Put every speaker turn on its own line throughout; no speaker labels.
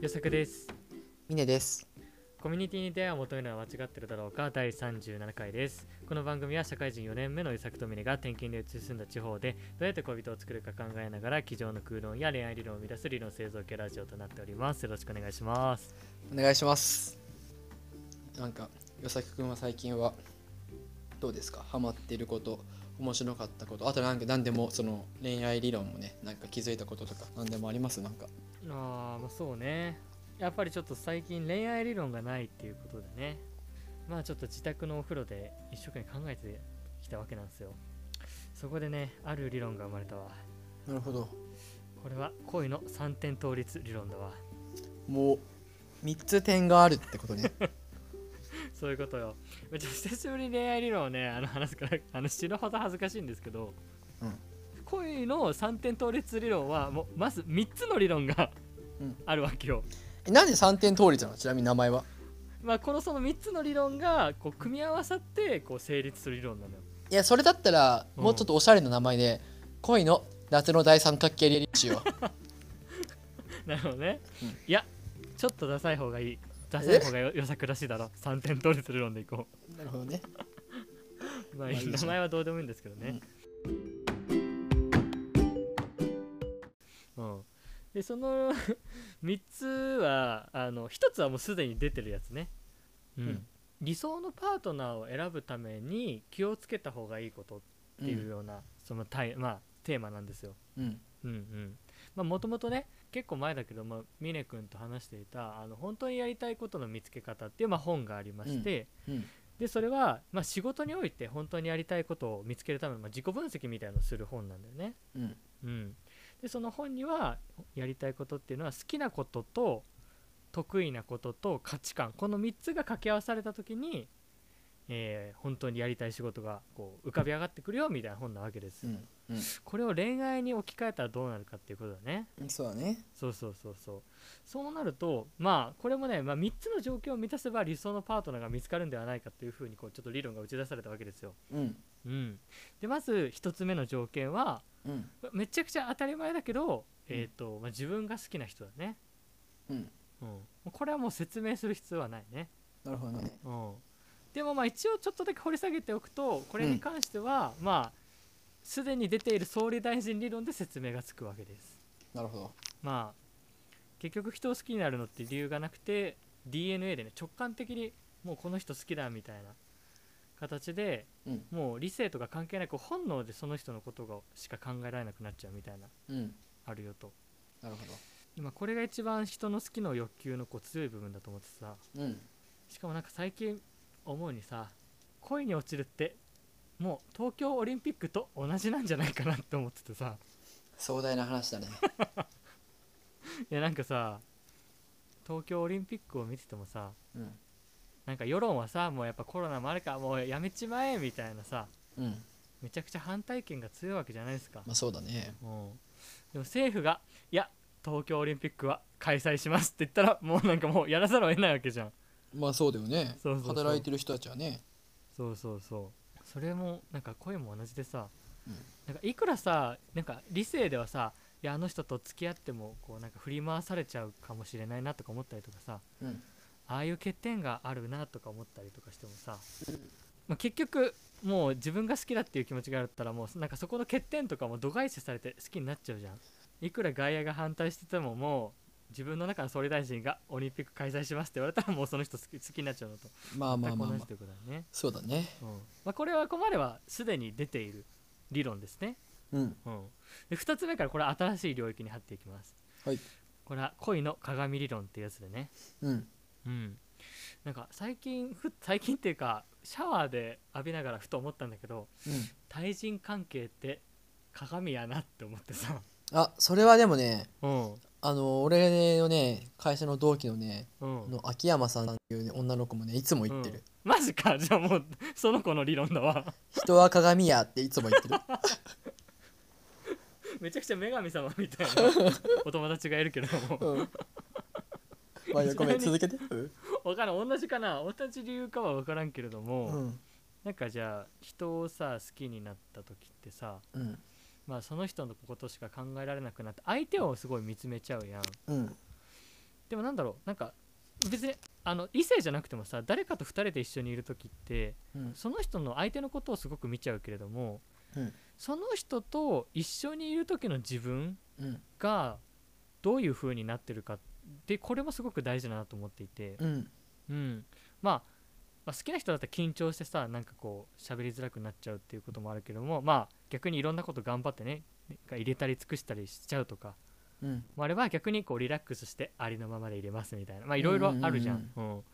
予測です
ミネです。
コミュニティに出会いを求めるのは間違ってるだろうか第37回ですこの番組は社会人4年目の予作とミネが転勤で移り住んだ地方でどうやって恋人を作るか考えながら机上の空論や恋愛理論を生み出す理論製造系ラジオとなっておりますよろしくお願いします
お願いします。なんか、よさきくんは最近は、どうですかハマっていること、面白かったこと、あとなんか何でも、その恋愛理論もね、なんか気づいたこととか、何でもありますなんか。
ああまあそうねやっぱりちょっと最近恋愛理論がないっていうことでねまあちょっと自宅のお風呂で一生懸命考えてきたわけなんですよそこでねある理論が生まれたわ
なるほど。
これは恋の三点倒立理論だわ
もう、3つ点があるって ことね。
そういうことよちょっと久しぶりに恋愛理論をねあの話すからあの死ぬほど恥ずかしいんですけど、
うん
恋の三点倒立理論はもうまず3つの理論が
うん
あるわけよ、
えなんで3点通りなのちなみに名前は。
まあこのその3つの理論がこう組み合わさってこう成立する理論なのよ
いや、それだったら、
うん
もうちょっとおしゃれな名前で、恋の夏の大三角形リしよう
なるほどね、
うん
いやちょっとダサい方がいいダサい方がよ良さくらしいだろ三点倒立理論でいこ
なるほどね。
う、まあ、
まあいいじゃん
名前はどうでもいいんですけどね、うんでその 3つはあの1つはもうすでに出てるやつね、うん
うん
理想のパートナーを選ぶために気をつけた方がいいことっていうような、そのタイ、まあ、テーマなんですよ
うん。
うんうんまあもともとね結構前だけど、まあ、峰君と話していた「あの本当にやりたいことの見つけ方」っていう、まあ、本がありまして、
うん。
でそれは、まあ、仕事において本当にやりたいことを見つけるための、まあ、自己分析みたいなのをする本なんだよね。
うん。
うん、でその本にはやりたいことっていうのは好きなことと得意なことと価値観この3つが掛け合わされた時に、えー本当にやりたい仕事がこう浮かび上がってくるよみたいな本なわけです、
うん。
これを恋愛に置き換えたらどうなるかっていうことだね
うん。そうだね。
そうそうそうそうそうなるとまあこれもね、まあ、3つの条件を満たせば理想のパートナーが見つかるんではないかというふうにこうちょっと理論が打ち出されたわけですよ、
うん。
うん、でまず1つ目の条件は
うん。
めちゃくちゃ当たり前だけど、
うん
えーとまあ、自分が好きな人だね、
うん。
うん、もうこれはもう説明する必要はないね、
なるほどね。
うん、でもまあ一応ちょっとだけ掘り下げておくとこれに関しては、まあすでに出ている総理大臣理論で説明がつくわけです
なるほど。
まあ結局人を好きになるのって理由がなくて DNA でね直感的にもうこの人好きだみたいな形で
うん。
もう理性とか関係なく本能でその人のことがしか考えられなくなっちゃうみたいな
うん。
あるよと
なるほ
今これが一番人の好きの欲求のこう強い部分だと思ってさ
ど。うん。
しかもなんか最近思うにさ恋に落ちるってもう東京オリンピックと同じなんじゃないかなって思っててさ
壮大な話だね。
いやなんかさ東京オリンピックを見ててもさ
うん。
なんか世論はさもうやっぱコロナもあるからもうやめちまえみたいなさ
うん。
めちゃくちゃ反対意見が強いわけじゃないですか、
まあそうだね。
うん、でも政府がいや東京オリンピックは開催しますって言ったらもうなんかもうやらざるを得ないわけじゃん
まあそうだよね。
そうそうそう
働いてる人たちはね。
そうそうそうそれもなんか声も同じでさ、
うん
なんかいくらさなんか理性ではさいやあの人と付き合ってもこうなんか振り回されちゃうかもしれないなとか思ったりとかさ
うん。
ああいう欠点があるなとか思ったりとかしてもさ、まあ、結局もう自分が好きだっていう気持ちがあったらもうなんかそこの欠点とかも度外視されて好きになっちゃうじゃんいくら外野が反対しててももう自分の中の総理大臣がオリンピック開催しますって言われたらもうその人好き 好きになっちゃうのと
まあまあ
全く
まあ
同
ま
じ
あ
と。いうことだね
そうだね。
うんまあ、これはここまではすでに出ている理論ですね、
うん。
うん、で2つ目からこれ新しい領域に張っていきます
はい
これは恋の鏡理論っていうやつでね
うん。
うんなんか最近ふ最近っていうかシャワーで浴びながらふと思ったんだけど
うん。
対人関係って鏡やなって思ってさ
あ、それはでもね、
うん
あの、俺のね、会社の同期のね、
うん
の秋山さんっていうね、女の子もね、いつも言って
うん
る。
マジかじゃあもうその子の理論だわ
人は鏡やっていつも言ってる。
めちゃくちゃ女神様み たいなお友達がいるけども
うん。まあごめん、続けて。うん
分からん同じかな同じ理由かは分からんけれども、
うん。
なんかじゃあ人をさ好きになった時ってさ
うん。
まあその人のことしか考えられなくなって相手をすごい見つめちゃうやん
うん。
でもなんだろうなんか別にあの異性じゃなくてもさ誰かと2人で一緒にいる時って
うん
その人の相手のことをすごく見ちゃうけれども、
うん
その人と一緒にいる時の自分
うん
がどういう風になってるかでこれもすごく大事だなと思っていて、
うん
うんまあ、まあ好きな人だったら緊張してさなんかこう喋りづらくなっちゃうっていうこともあるけどもまあ逆にいろんなこと頑張ってねが入れたり尽くしたりしちゃうとか、
うん
まあ、あれは逆にこうリラックスしてありのままで入れますみたいなまあいろいろあるじゃん。うん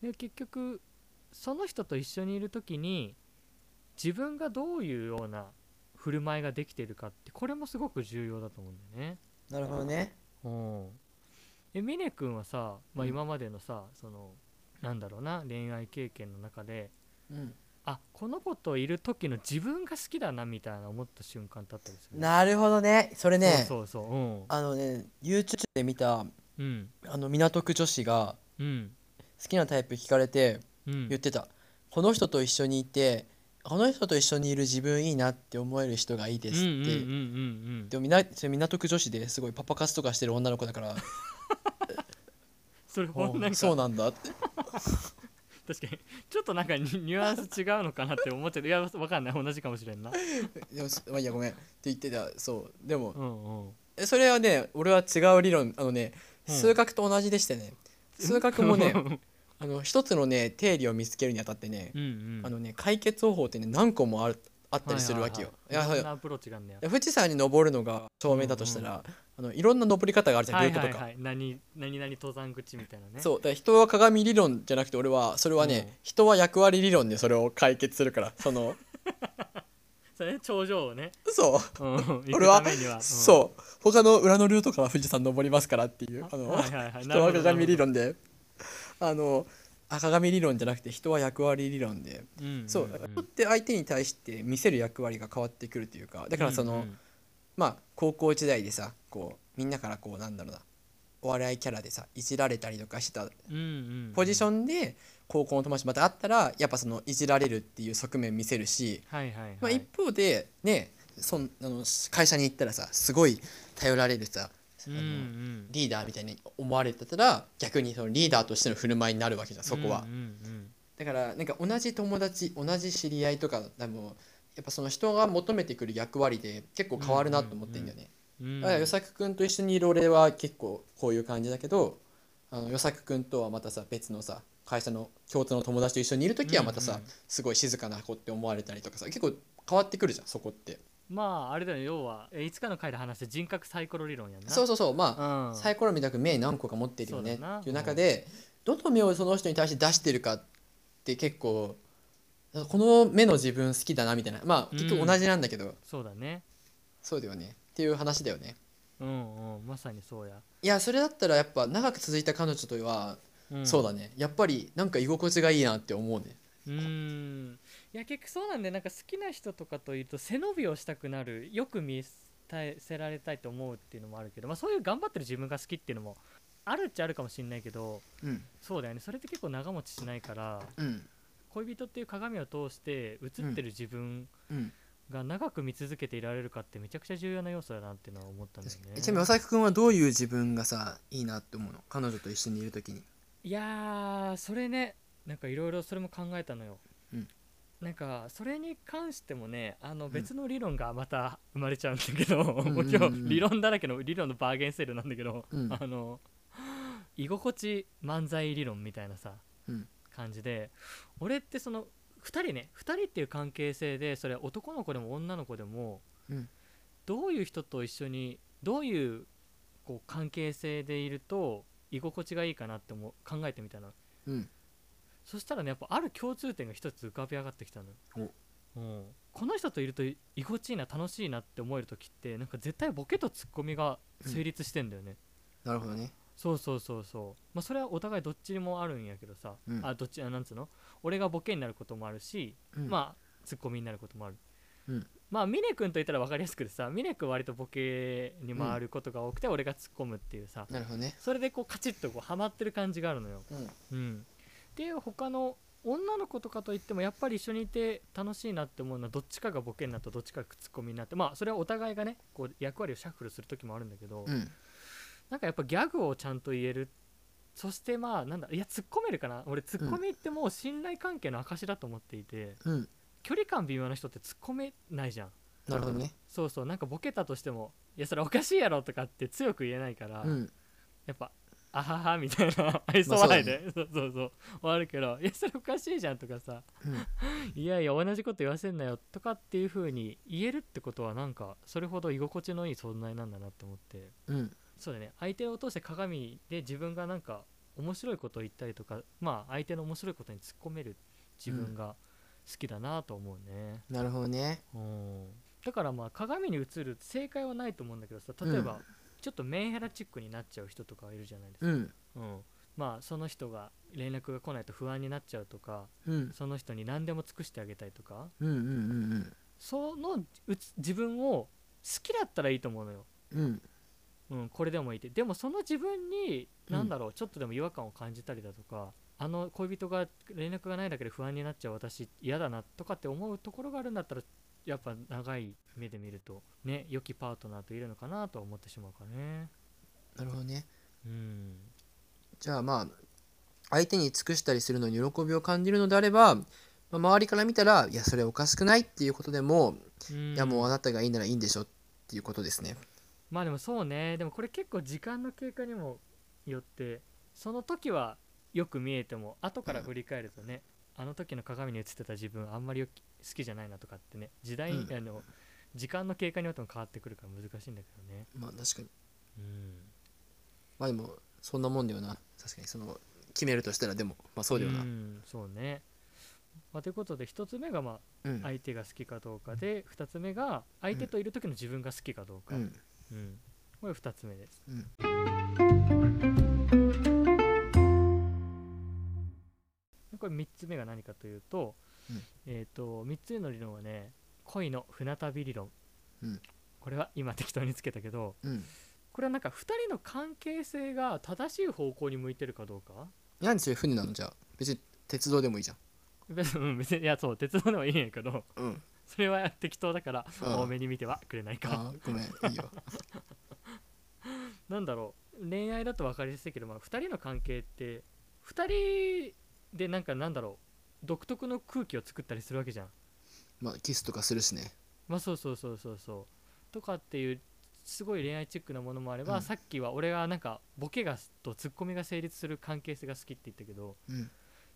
で結局その人と一緒にいる時に自分がどういうような振る舞いができてるかってこれもすごく重要だと思うんだよね。
なるほどね
うんえ峰君はさ、まあ、
うん
今までのさ、そのなんだろうな恋愛経験の中で
うん
あこの子といる時の自分が好きだなみたいな思った瞬間だったりする
なるほどねそれね
そうそうそううん
あのね YouTube で見た
うん
あの港区女子が
うん
好きなタイプ聞かれて
うん
言ってた、この人と一緒にいてこの人と一緒にいる自分いいなって思える人がいいですって、
うんうんうんうん
でもみなそれ港区女子ですごいパパ活とかしてる女の子 だから
それほんなん
お
か
そうなんだって
確かにちょっとなんかニニュアンス違うのかなって 思っちゃっていやわかんない同じかもしれんな
でもまあいいやごめんって言ってたそうでも
うんうん
えそれはね俺は違う理論あのね
うん
数学と同じでしてね、数学も ねあの一つのね定理を見つけるにあたってね、
うんうん
あのね解決方法ってね何個もあるあったりするわけよ。
はいはいはいいいろ
や
んなアプローチがあんねや
富士山に登るのが正面だとしたら、あのいろんな登り方があるじゃん、
はい
ルー
は
ト
い
とか、
はい何何々登山口みたいなね
そうだから人は鏡理論じゃなくて俺はそれはね、
うん
人は役割理論でそれを解決するから その
それね頂上をね、
そう
うん、行 く
俺は
ためには、
そう他の裏のルートから富士山登りますからっていうあ
うん
の、
はいはいはい、
人は鏡理
なる
論であのあ鏡理論じゃなくて人は役割理論で、
ほど、んんん
そうだから人って相手に対して見せる役割が変わってくるというかだからその、
うんうん
まあ高校時代でさこうみんなからこうなんだろうなお笑いキャラでさいじられたりとかしてた
うんうん
ポジショ
ン、
ンで高校の友達また会ったらやっぱそのいじられるっていう側面見せるし、
はいはいはい
まあ、一方でねそんあの会社に行ったらさすごい頼られるさ、あ
うん
の
うん、
リーダーみたいに思われてたら逆にそのリーダーとしての振る舞いになるわけじゃんそこは、
うんうん
だからなんか同じ友達同じ知り合いとかでもやっぱその人が求めてくる役割で結構変わるなと思ってんだよね、
うんうん、
だから与作君と一緒にいる俺は結構こういう感じだけどあの与作君とはまたさ別のさ会社の共通の友達と一緒にいる時はまたさ、
うんうん
すごい静かな子って思われたりとかさ結構変わってくるじゃんそこって
まああれだよね要はえいつかの回で話した人格サイコロ理論やんな
そう
そ
そうそうまあ、
うん、
サイコロみたく目何個か持ってるよね
そうだな
っていう中で、どの目をその人に対して出してるかって結構この目の自分好きだなみたいなまあ結局同じなんだけど、
そうだね
そうだよねっていう話だよね
うんうんまさにそうや、
いやそれだったらやっぱ長く続いた彼女とは、
うん、
そうだねやっぱりなんか居心地がいいなって思うね
うーんいや結局そうなんでなんか好きな人とかというと背伸びをしたくなるよく見せられたいと思うっていうのもあるけど、まあ、そういう頑張ってる自分が好きっていうのもあるっちゃあるかもしれないけど
うん
そうだよねそれって結構長持ちしないから
うん
恋人っていう鏡を通して映ってる自分
うん
が長く見続けていられるかってめちゃくちゃ重要な要素だなっていうのは思ったんだよ
えちなみに
ね。
浅く君はどういう自分がさいいなって思うの彼女と一緒にいる時に
いやーそれねなんかいろいろそれも考えたのよ。
うん
なんかそれに関してもねあの
ん
別の理論がまた生まれちゃうんだけど、
ん
もう今
うんうん
日理論だらけの理論のバーゲンセールなんだけど、
うん
あの居心地漫才理論みたいなさ、
うん
感じで俺ってその2人ね2人っていう関係性でそれは男の子でも女の子でも、
うん
どういう人と一緒にどういうこう関係性でいると居心地がいいかなって思う考えてみたの
うん
そしたらねやっぱある共通点が一つ浮かび上がってきたのよ、うん、この人といると居心地いいな楽しいなって思える時ってなんか絶対ボケとツッコミが成立してんだよね、
なるほどね
そうそうそうそうまあそれはお互いどっちにもあるんやけどさ、
うん
あどっちあなんつうの俺がボケになることもあるし、
あ
まあツッコミになることもある、
うん
まあ峰君といったら分かりやすくてさ峰君割とボケに回ることが多くて俺が突っ込むっていうさ、
なるほどね
それでこうカチッとこうハマってる感じがあるのよ、
うん
うん、で他の女の子とかといってもやっぱり一緒にいて楽しいなって思うのはどっちかがボケになってどっちかがツッコミになってまあそれはお互いがねこう役割をシャッフルする時もあるんだけど、
うん
なんかやっぱギャグをちゃんと言えるそしてまあなんだいや突っ込めるかな俺突っ込みってもう信頼関係の証だと思っていて、
うん
距離感微妙な人って突っ込めないじゃん
なるほどね
そうそうなんかボケたとしても「いやそれおかしいやろ」とかって強く言えないから、
うん
やっぱ「あはは」みたいな 愛想笑いで、そうそうそう終わるけど「いやそれおかしいじゃん」とかさ
うん
「いやいや同じこと言わせんなよ」とかっていう風に言えるってことはなんかそれほど居心地のいい存在なんだなって思って
うん
そうだね相手を通して鏡で自分がなんか面白いことを言ったりとかまあ相手の面白いことに突っ込める自分が好きだなと思うね、
なるほどね
うんだからまあ鏡に映る正解はないと思うんだけどさ例えば、
うん
ちょっとメンヘラチックになっちゃう人とかいるじゃないですか、
うん
うんまあその人が連絡が来ないと不安になっちゃうとか
うん
その人に何でも尽くしてあげたいとか
うんうんうん
そのうつ自分を好きだったらいいと思うのよ、
うんうん
うん、これでもいいってでもその自分に
うん
何だろう、ちょっとでも違和感を感じたりだとかあの恋人が連絡がないだけで不安になっちゃう私嫌だなとかって思うところがあるんだったらやっぱ長い目で見るとね良きパートナーといるのかなとは思ってしまうかね
なるほどね
うん
じゃあまあ相手に尽くしたりするのに喜びを感じるのであれば、まあ周りから見たら「いやそれおかしくない」っていうことでも「いやもうあなたがいいならいいんでしょ」っていうことですね。
まあでもそうねでもこれ結構時間の経過にもよってその時はよく見えても後から振り返るとね、あの時の鏡に映ってた自分あんまりよき好きじゃないなとかってね時代、
うん
あの時間の経過によっても変わってくるから難しいんだけどね
まあ確かに
うん
まあでもそんなもんだよな確かにその決めるとしたらでもまあそうだよな。
んそうね、まあ、ということで1つ目がま
う
あ
ん
相手が好きかどうかで2つ目が相手といる時の自分が好きかどう
う
か、
ん
うんこれ2つ目です
うん
これ3つ目が何かというと,、
うん
えー、と3つ目の理論はね恋の船旅理論、
うん
これは今適当につけたけど
うん
これはなんか2人の関係性が正しい方向に向いてるかどうか
何それ船なのじゃあ別に鉄道でもいいじゃん。
別にうん別にいやそう鉄道でもいいんやけど
うん、
それは適当だから
ああ
多めに見てはくれないか
あーごめんいいよ。
なんだろう恋愛だと分かりやすいけど、まあ、2人の関係って2人でなんかなんだろう独特の空気を作ったりするわけじゃん
まあキスとかするしね。
まあそうそうそうそうそうとかっていうすごい恋愛チックなものもあれば、
うん
さっきは俺がなんかボケがとツッコミが成立する関係性が好きって言ったけど
うん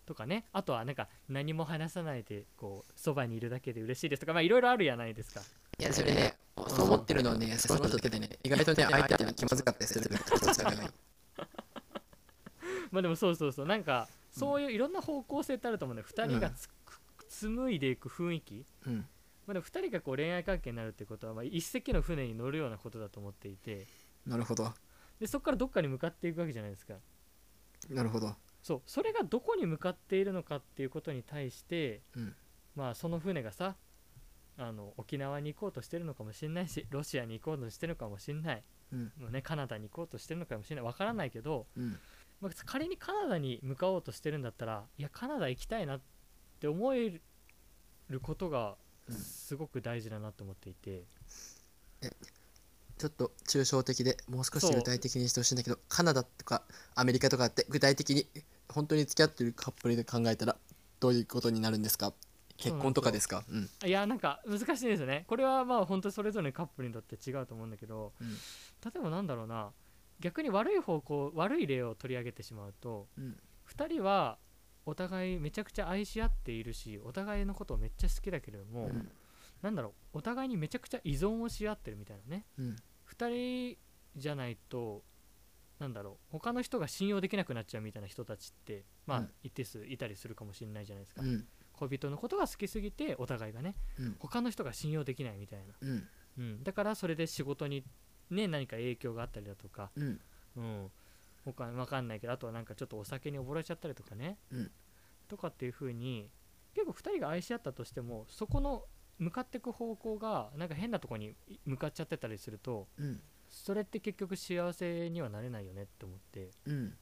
とかねあとはなんか何も話さないでこうそばにいるだけで嬉しいですとかまあいろいろあるじゃないですか
いやそれねそう思ってるのはねその人だけでね意外とね相手は気まずかったりするから一つだけない
まあでもそうそうそうなんかそういういろんな方向性ってあると思うんだよ2人がつく紡いでいく雰囲気
うん
まあ、でも2人がこう恋愛関係になるってことは、まあ、一隻の船に乗るようなことだと思っていて
なるほど
でそこからどっかに向かっていくわけじゃないですか
なるほど
そうそれがどこに向かっているのかっていうことに対して、
うん
まあその船がさあの沖縄に行こうとしてるのかもしれないしロシアに行こうとしてるのかもしれない、
うん
もうね、カナダに行こうとしてるのかもしれないわからないけど、
うん
まあ、仮にカナダに向かおうとしてるんだったらいやカナダ行きたいなって思えることが
うん
すごく大事だなと思っていて。
ちょっと抽象的でもう少し
そう
具体的にしてほしいんだけどカナダとかアメリカとかって具体的に本当に付き合ってるカップルで考えたらどういうことになるんですか結婚とかですかうん
いやなんか難しいですよねこれはまあ本当それぞれのカップルにとって違うと思うんだけど、
うん
例えばなんだろうな逆に悪い方向悪い例を取り上げてしまうと
うん
2人はお互いめちゃくちゃ愛し合っているしお互いのことをめっちゃ好きだけれども、
うん
なんだろうお互いにめちゃくちゃ依存をし合ってるみたいなね
うん
2人じゃないとなんだろう他の人が信用できなくなっちゃうみたいな人たちってま
う
あ
ん
一定数いたりするかもしれないじゃないですか、
うん
恋人のことが好きすぎてお互いがね
うん
他の人が信用できないみたいな、
うん
うん、だからそれで仕事に、ね、何か影響があったりだとか、
うん
うん、他わかんないけどあとはなんかちょっとお酒に溺れちゃったりとかね、
うん
とかっていう風に結構2人が愛し合ったとしてもそこの向かってく方向がなんか変なとこに向かっちゃってたりすると
うん
それって結局幸せにはなれないよねって思って
うん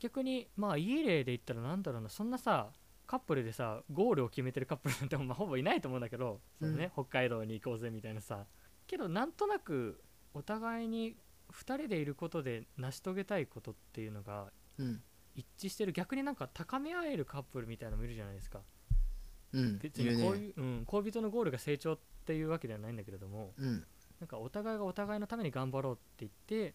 逆にまあいい例で言ったらなんだろうなそんなさカップルでさゴールを決めてるカップルなんてまあほぼいないと思うんだけど、そのね、北海道に行こうぜみたいなさけどなんとなくお互いに2人でいることで成し遂げたいことっていうのが
うん
一致してる逆になんか高め合えるカップルみたいなのもいるじゃないですか
うん
別
いる
に
ね
こういう、うん、恋人のゴールが成長っていうわけではないんだけれども
うん
なんかお互いがお互いのために頑張ろうって言って、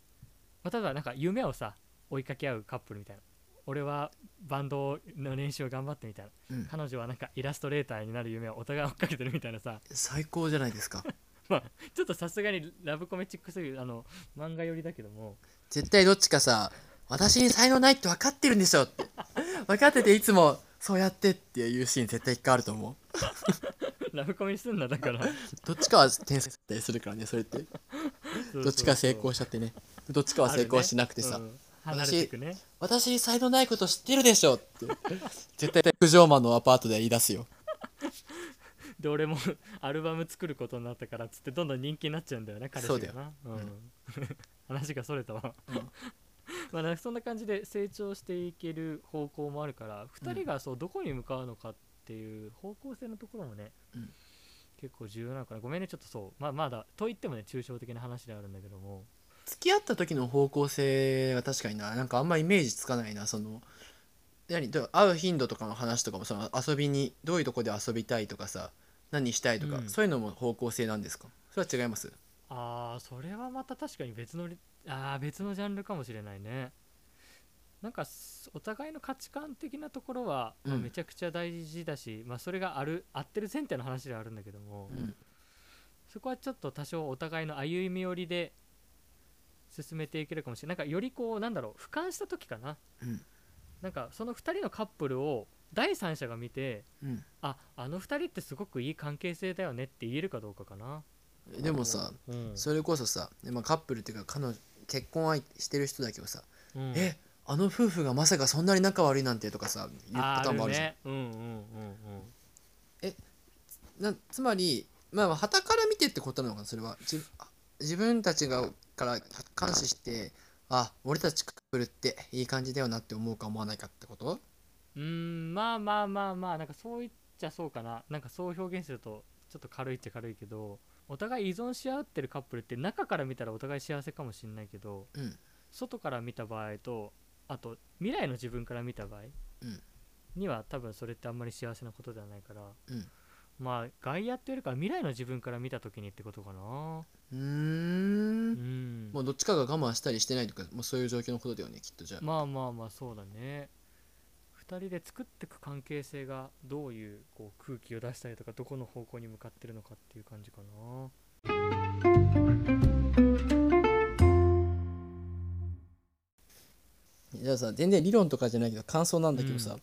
まあ、ただなんか夢をさ追いかけ合うカップルみたいな俺はバンドの練習を頑張ってみたいな
うん
彼女はなんかイラストレーターになる夢をお互い追っかけてるみたいなさ
最高じゃないですか
ちょっとさすがにラブコメチックすぎるあの漫画寄りだけども
絶対どっちかさ私に才能ないって分かってるんでしょって分かってていつもそうやってっていうシーン絶対一回あると思う
ラブコメすんなだから
どっちかは転生したりするからねそれって どっちか成功
し
しちゃってねどっちかは成功しなくてさ、
離れていくね
私に才能ないこと知ってるでしょって絶対九条マンのアパートで言い出すよ
で俺もアルバム作ることになったからっつってどんどん人気になっちゃうんだよね彼氏
そうだ
が
よ
なう、
うんん、
話がそれたわ、
うん
まあなんかそんな感じで成長していける方向もあるから2人がそうどこに向かうのかっていう方向性のところもね、
うん
結構重要なのかなごめんねちょっとそう、まあ、まだと言ってもね抽象的な話ではあるんだけども
付き合った時の方向性は確かにななんかあんまイメージつかないなその何どう会う頻度とかの話とかもその遊びにどういうとこで遊びたいとかさ何したいとか、
うん
そういうのも方向性なんですかそれは違います
あーそれはまた確かに別のりあー別のジャンルかもしれないねなんかすお互いの価値観的なところは、まあ
うん
めちゃくちゃ大事だし、まあ、それがある合ってる前提の話ではあるんだけども、
うん
そこはちょっと多少お互いの歩み寄りで進めていけるかもしれないなんかよりこうなんだろう俯瞰した時かな
うん
なんかその2人のカップルを第三者が見て
うん
ああの2人ってすごくいい関係性だよねって言えるかどうかかな、
でもさ
うん
それこそさ、まあ、カップルっていうか彼女結婚相手してる人だけどさ、
うん
えあの夫婦がまさかそんなに仲悪いなんてとかさ言うパターンもあるじゃん
ねうんうんうんうん
なつまりまあはたから見てってことなのかなそれは自あ自分たちがから監視してあ俺たちカップルっていい感じだよなって思うか思わないかってこと
うーんまあまあまあまあなんかそう言っちゃそうかななんかそう表現するとちょっと軽いっちゃ軽いけどお互い依存し合ってるカップルって中から見たらお互い幸せかもしれないけど
うん
外から見た場合とあと未来の自分から見た場合
うん
には多分それってあんまり幸せなことではないから、
うん
まあ外野っていうよりかは未来の自分から見た時にってことかな
う
う
ー
んん
もうどっちかが我慢したりしてないとかもうそういう状況のことだよねきっとじゃあ、
まあまあまあそうだね2人で作っていく関係性がどういうこう空気を出したりとかどこの方向に向かってるのかっていう感じかな
じゃあさ全然理論とかじゃないけど感想なんだけどさ、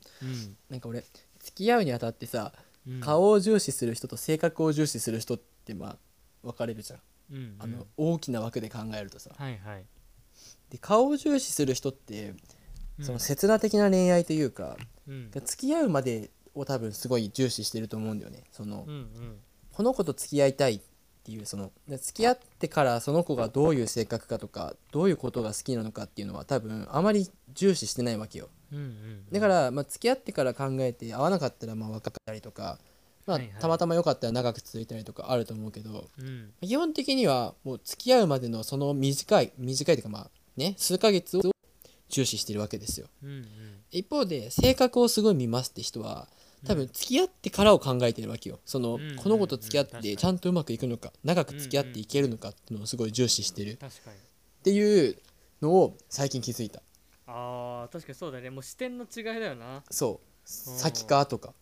なんか俺付き合うにあたってさ
うん、うん、
顔を重視する人と性格を重視する人ってまあ分かれるじゃん
うん、うん、
あの大きな枠で考えるとさ
はいはい
で顔を重視する人って
うん
その刹那的な恋愛というか、
うん
付き合うまでを多分すごい重視してると思うんだよねその、
うんうん
この子と付き合いたいっていうそので付き合ってからその子がどういう性格かとかどういうことが好きなのかっていうのは多分あまり重視してないわけよ
うんうん
だから、まあ、付き合ってから考えて合わなかったらまあ別れたりとか、まあ
はいはい
たまたま良かったら長く続いたりとかあると思うけど
うん
基本的にはもう付き合うまでのその短い短いというかまあね数ヶ月を重視してるわけですよ
うんうん
一方で性格をすごい見ますって人は多分付き合ってからを考えてるわけよその、
うん
この子と付き合っ
うんうん確か
て
に
ちゃんとうまくいくのか長く付き合っていけるのかっていうのをすごい重視してるっ
確かに
ていうのを最近気づいた
あー確かにそうだねもう視点の違いだよな
そう先かとか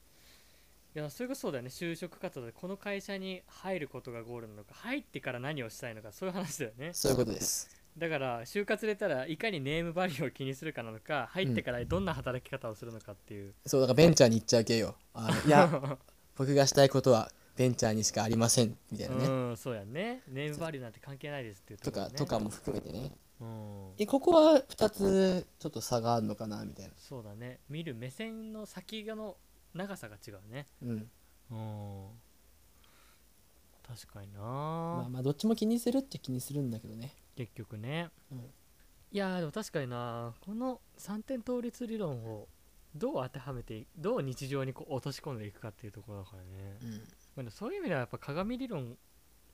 いやそれこそそうだよね就職活動でこの会社に入ることがゴールなのか入ってから何をしたいのかそういう話だよね
そういうことです
だから就活入れたらいかにネームバリューを気にするかなのか入ってからどんな働き方をするのかっていう、
そうだからベンチャーに行っちゃう系よあ のいや僕がしたいことはベンチャーにしかありませんみたいうなんね、
そうやねネームバリューなんて関係ないですっていう
と
ころ
か
ね
とかも含めてね
うん
えここは2つちょっと差があるのかなみたいな
そうだね見る目線の先の長さが違うね
うん
うん確かにな、
まあまあどっちも気にするって気にするんだけどね
結局ね、
うん
いやーでも確かになこの3点倒立理論をどう当てはめていどう日常にこう落とし込んでいくかっていうところだからね、
うん
まあでもそういう意味ではやっぱ鏡理論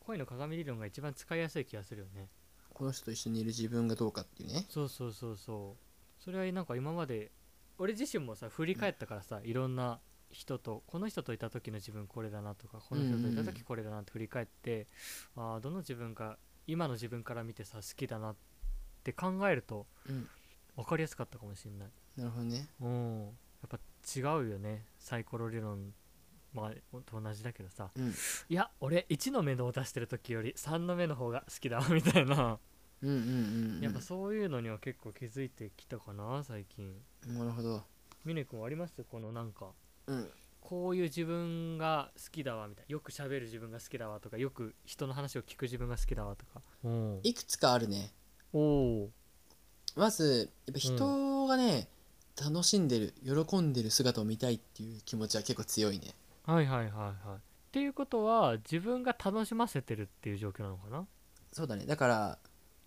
恋の鏡理論が一番使いやすい気がするよね
この人と一緒にいる自分がどうかっていうね
そうそうそうそうそれはなんか今まで俺自身もさ振り返ったからさ、いろんな人とこの人といた時の自分これだなとかこの人といた
うんうんうん
時これだなって振り返って、あーどの自分か今の自分から見てさ好きだなって考えると
うん
分かりやすかったかもしれない
なるほどね
うんやっぱ違うよねサイコロ理論まあと同じだけどさ
うん
いや俺1の目のを出してる時より3の目の方が好きだわみたいな
うんうんうんうん
やっぱそういうのには結構気づいてきたかな最近
なるほど
ミネ君ありますこのなんか
うん
こういう自分が好きだわみたいなよく喋る自分が好きだわとかよく人の話を聞く自分が好きだわとかうん
いくつかあるね
おお
まずやっぱ人がね、楽しんでる喜んでる姿を見たいっていう気持ちは結構強いね
はいはいはいはいっていうことは自分が楽しませてるっていう状況なのかな
そうだねだから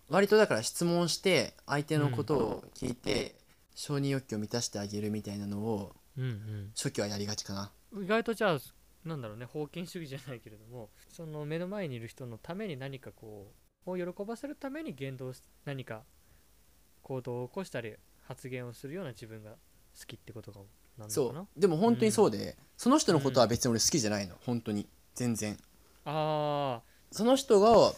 割とだから質問して相手のことを聞いて、承認欲求を満たしてあげるみたいなのを
うん
初期はやりがちかな
うん意外とじゃあなんだろうね封建主義じゃないけれどもその目の前にいる人のために何かこうを喜ばせるために言動し何か行動を起こしたり発言をするような自分が好きってことがなの
そ
かな
うでも本当にそうで、その人のことは別に俺好きじゃないの本当に全然
あ
その人が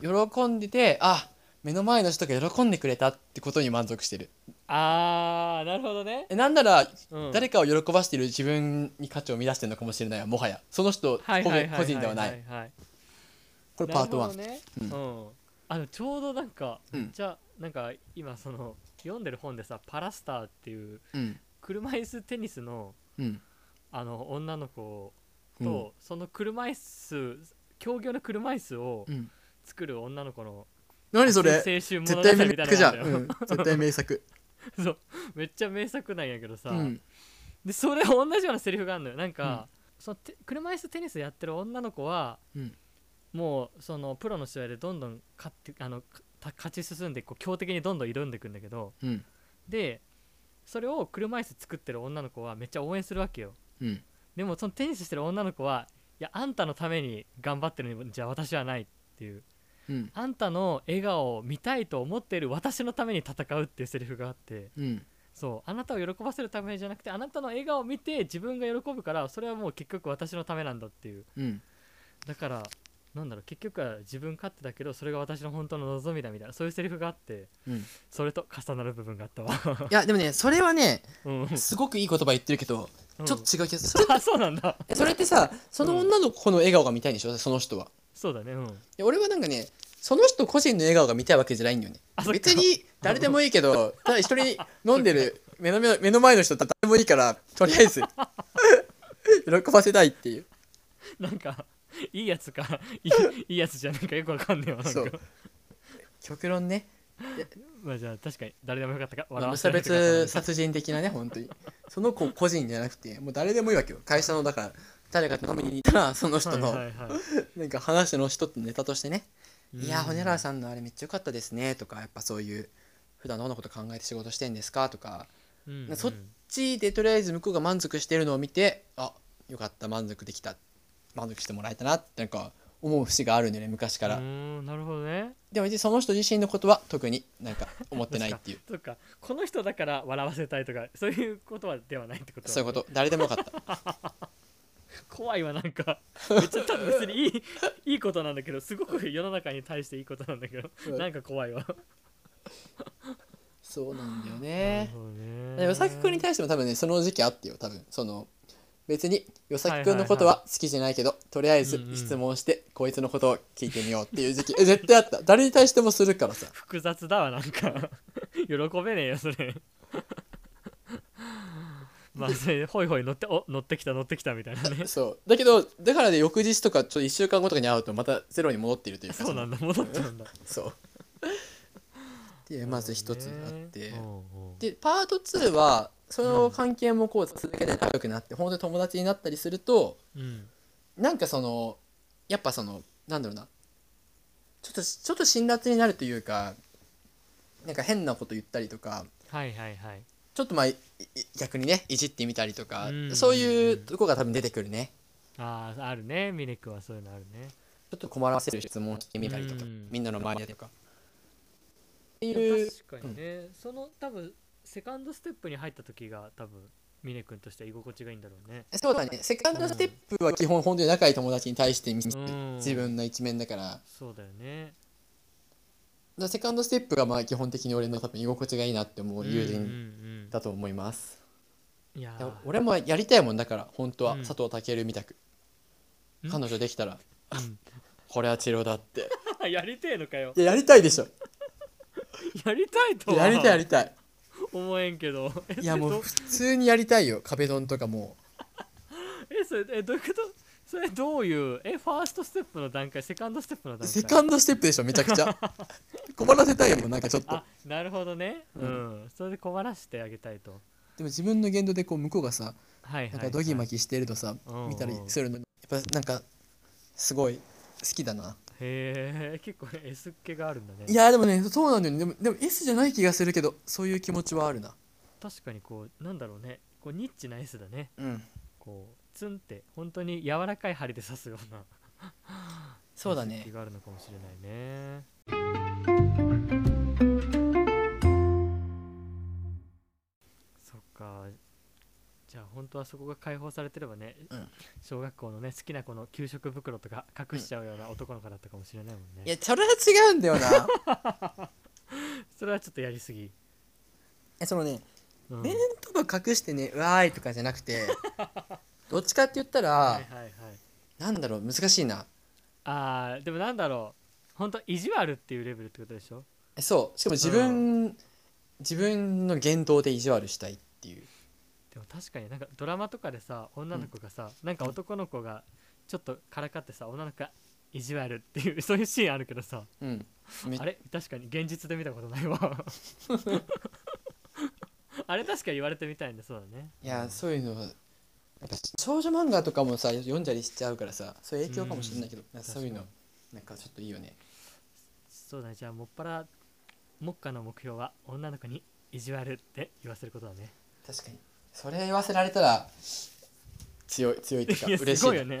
喜んでてあ目の前の人が喜んでくれたってことに満足してる
ーあーなるほどね、
えなんなら
うん、
誰かを喜ばしている自分に価値を見出してるのかもしれないわもはやその人個
はいはいはい
人
はい
個人ではない
いはい
これパート
なる
1、う
ほどね、うんあのちょうどなんか、
うん
じゃあなんか今その読んでる本でさ「パラスター」っていう
うん
車椅子テニスの
うん
あの女の子
う
と、
ん
その車椅子競技用の車椅子を
うん
作る女の子の
何そ
青
れ
春物
絶
語
対
み
名
たい
作じゃ、
なんの
う
があるよ
ん、絶対名作
そうめっちゃ名作なんやけどさ、
うん
でそれ同じようなセリフがあるのよなんか、そのて車椅子テニスやってる女の子は、
うん
もうそのプロの試合でどんどん勝ってあのか勝ち進んでこう強敵にどんどん挑んでいくんだけど
うん
でそれを車椅子作ってる女の子はめっちゃ応援するわけよ
うん
でもそのテニスしてる女の子はいやあんたのために頑張ってるんじゃ私はないっていう
うん
あんたの笑顔を見たいと思っている私のために戦うっていうセリフがあって
うん
そうあなたを喜ばせるためじゃなくてあなたの笑顔を見て自分が喜ぶからそれはもう結局私のためなんだっていう
うん
だからなんだろう結局は自分勝手だけどそれが私の本当の望みだみたいなそういうセリフがあって
う んい
それと重なる部分があったわ、
やでもねそれはね
うん、ち
すごくいい言葉言ってるけどちょっと違う気がするそれ
あそうなんだ
えそれってさその女の子の笑顔が見たいんでしょその人は
そうだねうん
いや俺はなんかねその人個人の笑顔が見たいわけじゃないんだよね
あそっか
別に誰でもいい けどただ一人飲んでる目の目目の前の人って誰でもいいからとりあえず 喜ばせたいっていう
なんかいいやつかい いいいやつじゃなんかよくわかんねえわなん
そ
か
う極論ね
まあじゃあ確かに誰でもよかったか
まあ
笑
無
わ
差
せないとかだ
別
ったね
殺人的なね本当にその子個人じゃなくてもう誰でもいいわけよ会社のだから誰かと飲みに行ったらその人
は
の
いはいは
なんか話の人とネタとしてね「
い、
いやーホネラー
ん
さんのあれめっちゃ良かったですね」とかやっぱそういう「普段どんなこと考えて仕事してんですか?」とか
うんうん、
そっちでとりあえず向こうが満足してるのを見てあよかった満足できた満足してもらえたなってなんか思う節があるんだよね昔から、
うーんなるほどね
でも別にその人自身のことは特になんか思ってないっていう
そっかこの人だから笑わせたいとかそういうことはではないってことだ
そういうこと誰でもよかった
怖いわなんかめっちゃ多分別にい いいいことなんだけどすごく世の中に対していいことなんだけど
そう
なんか怖いわ
そうなんだよ
なる
ね
ほどね
で与崎君に対しても多分ねその時期あってよ多分その別に与崎君のことは好きじゃないけど、とりあえず
うんうん
質問して、こいつのことを聞いてみようっていう時期え絶対あった誰に対してもする からさ
複雑だわなんか 喜べねえよそれ まあそれでホイホイ乗ってお乗ってきた乗ってきたみたいな ね
そうだけどだからで翌日とかちょっと1週間後とかに会うとまたゼロに戻っているというか
そうなんだ戻っちゃうんだ
そう。でまず一つあって、
うんうん
でパート2はその関係もこう続けて仲良くなって本当に友達になったりすると
うん
なんかそのやっぱそのなんだろうなちょっとちょっと辛辣になるというかなんか変なこと言ったりとか
はいはいはい
ちょっとまあいい逆にねいじってみたりとか、
うん
そういうとこが多分出てくるね
あああるねミネクはそういうのあるね
ちょっと困らせる質問してみたりとか、
うん
みんなの周りでとかて
いや
いう
確かにね、その多分セカンドステップに入った時が多分峰君としては居心地がいいんだろうね
そうだねセカンドステップは基本本当に仲いい友達に対して見せる
うん
自分の一面だからだか
そうだよね
らセカンドステップがまあ基本的に俺の多分居心地がいいなって思う友
うんう
人
ん
だと思います、
うんいや
いや
ー
俺もやりたいもんだから本当は、
うん
佐藤健みたく
うん
彼女できたら これは治療だって
うん やりてえのかよ
いややりたい でしょ
やりたいと
い
は
ややりたいやりたい
思えんけど え
いやも
ど
う普通にやりたいよ壁ドンとかも
えそれえどういうこと それどういうえファーストステップの段階セカンドステップの段
う
階
セカンドステップでしょめちゃく ちゃ困らせたいもんなんかちょっと
あなるほどねう、
うん
それで困らせてあげたいと
でも自分の言動でこう向こうがさ
はいはい、はい、
なんかドギマギしてるとさ、
うんうん
見たりするのやっぱなんかすごい好きだな
へえ結構ね S っ気があるんだね
いやでもねそうなんだよねでもでも S じゃない気がするけどそういう気持ちはあるな
確かにこうなんだろうねこうニッチな S だね
うん
こうツンって本当に柔らかい針で刺すような
そうだ
気
ね
があるのかもしれないねそっかじゃあ本当はそこが解放されてればね、
うん
小学校のね好きな子の給食袋とか隠しちゃうような男の子だったかもしれないもんね、
いやそれは違うんだよな
それはちょっとやりすぎ、
えそのね
うん
面とば隠してね「うわーい」とかじゃな くてどっちかって言ったら
はいはいはい
なんだろう難しいな
あーでもなんだろう本当意地悪っていうレベルってことでしょ
えそうしかも自分、自分の言動で意地悪したいっていう
でも確かになんかドラマとかでさ女の子がさ、なんか男の子がちょっとからかってさ女の子が意地悪っていう そういうシーンあるけどさ
うんめ
あれ確かに現実で見たことない わあれ確かに言われてみたいんでそうだね
いやそういうのはなんか少女漫画とかもさ読んだりしちゃうからさそういう影響かもしれないけど、なんかそういうの
確
なんかちょっといいよね
そうだねじゃあもっぱら目下の目標は女の子に意地悪って言わせることだね
確かにそれ言わせられたら強い強いっていうか
いや
嬉
す
しい
ごい
な
よね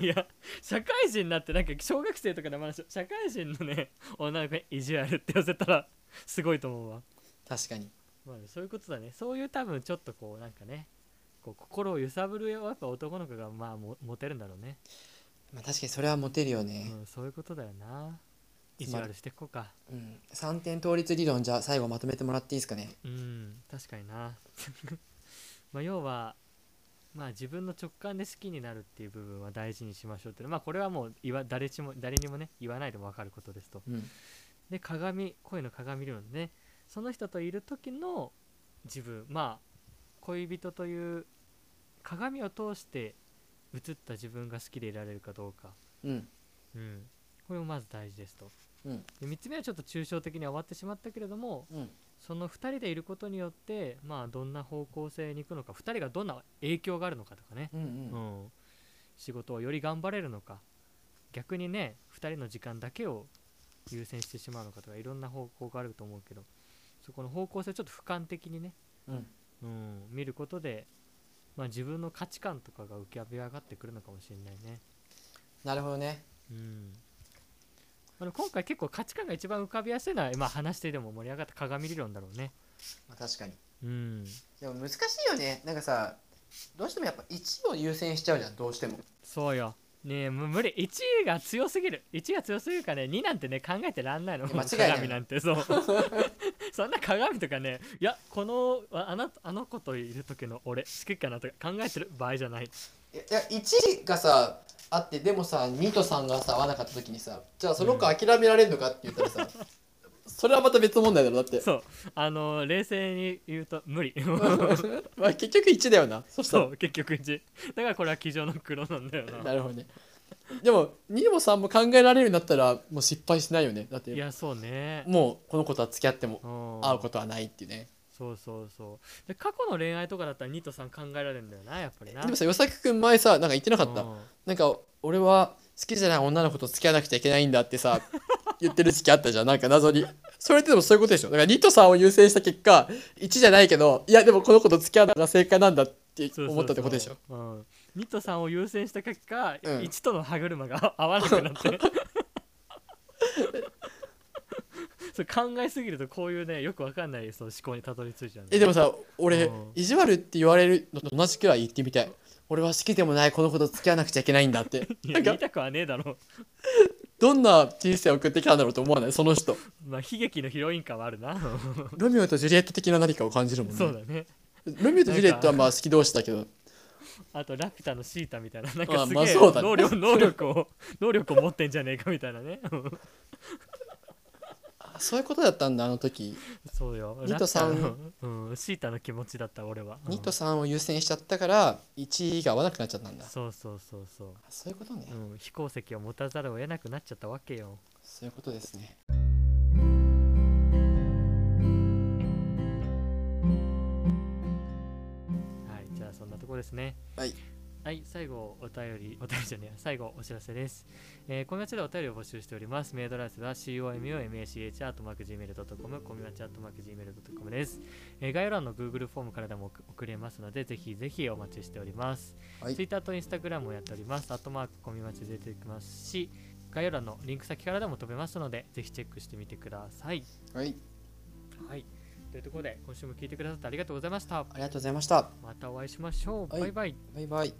いや社会人になってなんか小学生とかの話社会人のね女の子に意地悪って言わせたらすごいと思うわ
確かに
まあね、そういうことだねそういう多分ちょっとこうなんかねこう心を揺さぶるやっぱ男の子がまあもモテるんだろうね、
まあ確かにそれはモテるよね、
うん、そういうことだよな意
つ
地
まり
悪していこうか
うん3点倒立理論じゃあ最後まとめてもらっていいですかね
うん確かにな まあ要はまあ自分の直感で好きになるっていう部分は大事にしましょうっていうまあこれはもう言わ誰しも誰にもね言わないでも分かることですと
うん
で鏡恋の鏡理論ねその人といる時の自分まあ恋人という鏡を通して映った自分が好きでいられるかどうか、
うん
うん、これもまず大事ですと
うん
で3つ目はちょっと抽象的には終わってしまったけれども
うん
その2人でいることによってまあどんな方向性に行くのか2人がどんな影響があるのかとかね、
うんうん
う、ん、仕事をより頑張れるのか逆にね2人の時間だけを優先してしまうのかとかいろんな方向があると思うけどそこの方向性をちょっと俯瞰的にね、
うん
うん、見ることで、まあ、自分の価値観とかが浮き上がってくるのかもしれないね。
なるほどね
うんあの今回結構価値観が一番浮かびやすいのは、まあ、話してでも盛り上がった鏡理論だろうね。
まあ確かに
うん、
でも難しいよねなんかさどうしてもやっぱ1を優先しちゃうじゃんどうしても
そうよ。ねえ、もう無理。1位が強すぎる。1位が強すぎるからね、2なんてね、考えてらんないの。
いや間違いない
鏡なんて、そう。 そんな鏡とかね、いや、この、ああなたあの子といる時の俺、好きかなとか考えてる場合じゃない。
いや1がさあってでもさ2と3がさ合わなかった時にさじゃあその子諦められるのかって言ったらさ、それはまた別問題だろだって
そう。あの、冷静に言うと、無理。
まあ結局1だよなそした
そ
ら
う、結局1。だからこれは机上の黒なんだよな。
なるほどねでも2も3も考えられるようになったらもう失敗しないよねだっ
い
て
や、そうね。
もうこの子とは付き合っても
うん
会うことはないっていうね
そうそうそうで過去の恋愛とかだったら2と3考えられるんだよなやっぱりな
でもさ与作君前さなんか言ってなかった
うん
なんか俺は好きじゃない女の子と付き合わなくちゃいけないんだってさ 言ってる時期あったじゃんなんか謎にそれってでもそういうことでしょだから2と3を優先した結果1じゃないけどいやでもこの子と付き合うのが正解なんだって
そうそうそう
思ったってことでしょ
うん、2と3を優先した結果、
うん
1との歯車が合わなくなってそう考えすぎるとこういうねよくわかんないその思考にたどり着いちゃうんだ
え
よ
でもさ俺
うん
意地悪って言われるのと同じくらい言ってみたい俺は好きでもないこの子と付き合わなくちゃいけないんだって
い
な
や言
んか
いたくはねえだろ
どんな人生を送ってきたんだろうと思わないそ の人
まあ悲劇のヒロイン感はあるな
ロミオとジュリエット的な何かを感じるもんね
そうだね
ロミオとジュリエットはまあ好き同士だけど
あとラピュタのシータみたいななん
まあ
かすげ
まあ
え
そうだね
能力能力を能力を持ってんじゃねえかみたいなね
あそういうことだったんだあの時
そうよ
ニトさ
ラ
ん
ピュタのうん、シータの気持ちだった俺は
ニットさんを優先しちゃったから1位が合わなくなっちゃったん
う
だ
んそうそうそうそ
そういうことね
う、うん、飛行石を持たざるを得なくなっちゃったわけよ
そういうことですね
はいじゃあそんなとこですね
はい
はい、最後お便り、お便りじゃねえや、最後お知らせです。えー、コミマチでお便りを募集しております。メールアドレスは comiomach.gmail.com、コミマチ .gmail.com です、えー。概要欄の Google フォームからでも送送れますので、ぜひぜひお待ちしております。
はい
Twitter と Instagram もやっております。アットマークコミマチで出てきますし、概要欄のリンク先からでも飛べますので、ぜひチェックしてみてください。
はい
はい、というところで、今週も聞いてくださってありがとうございました。
ありがとうございました
またお会いしましょう。
はい
バイバイ。
バイバイ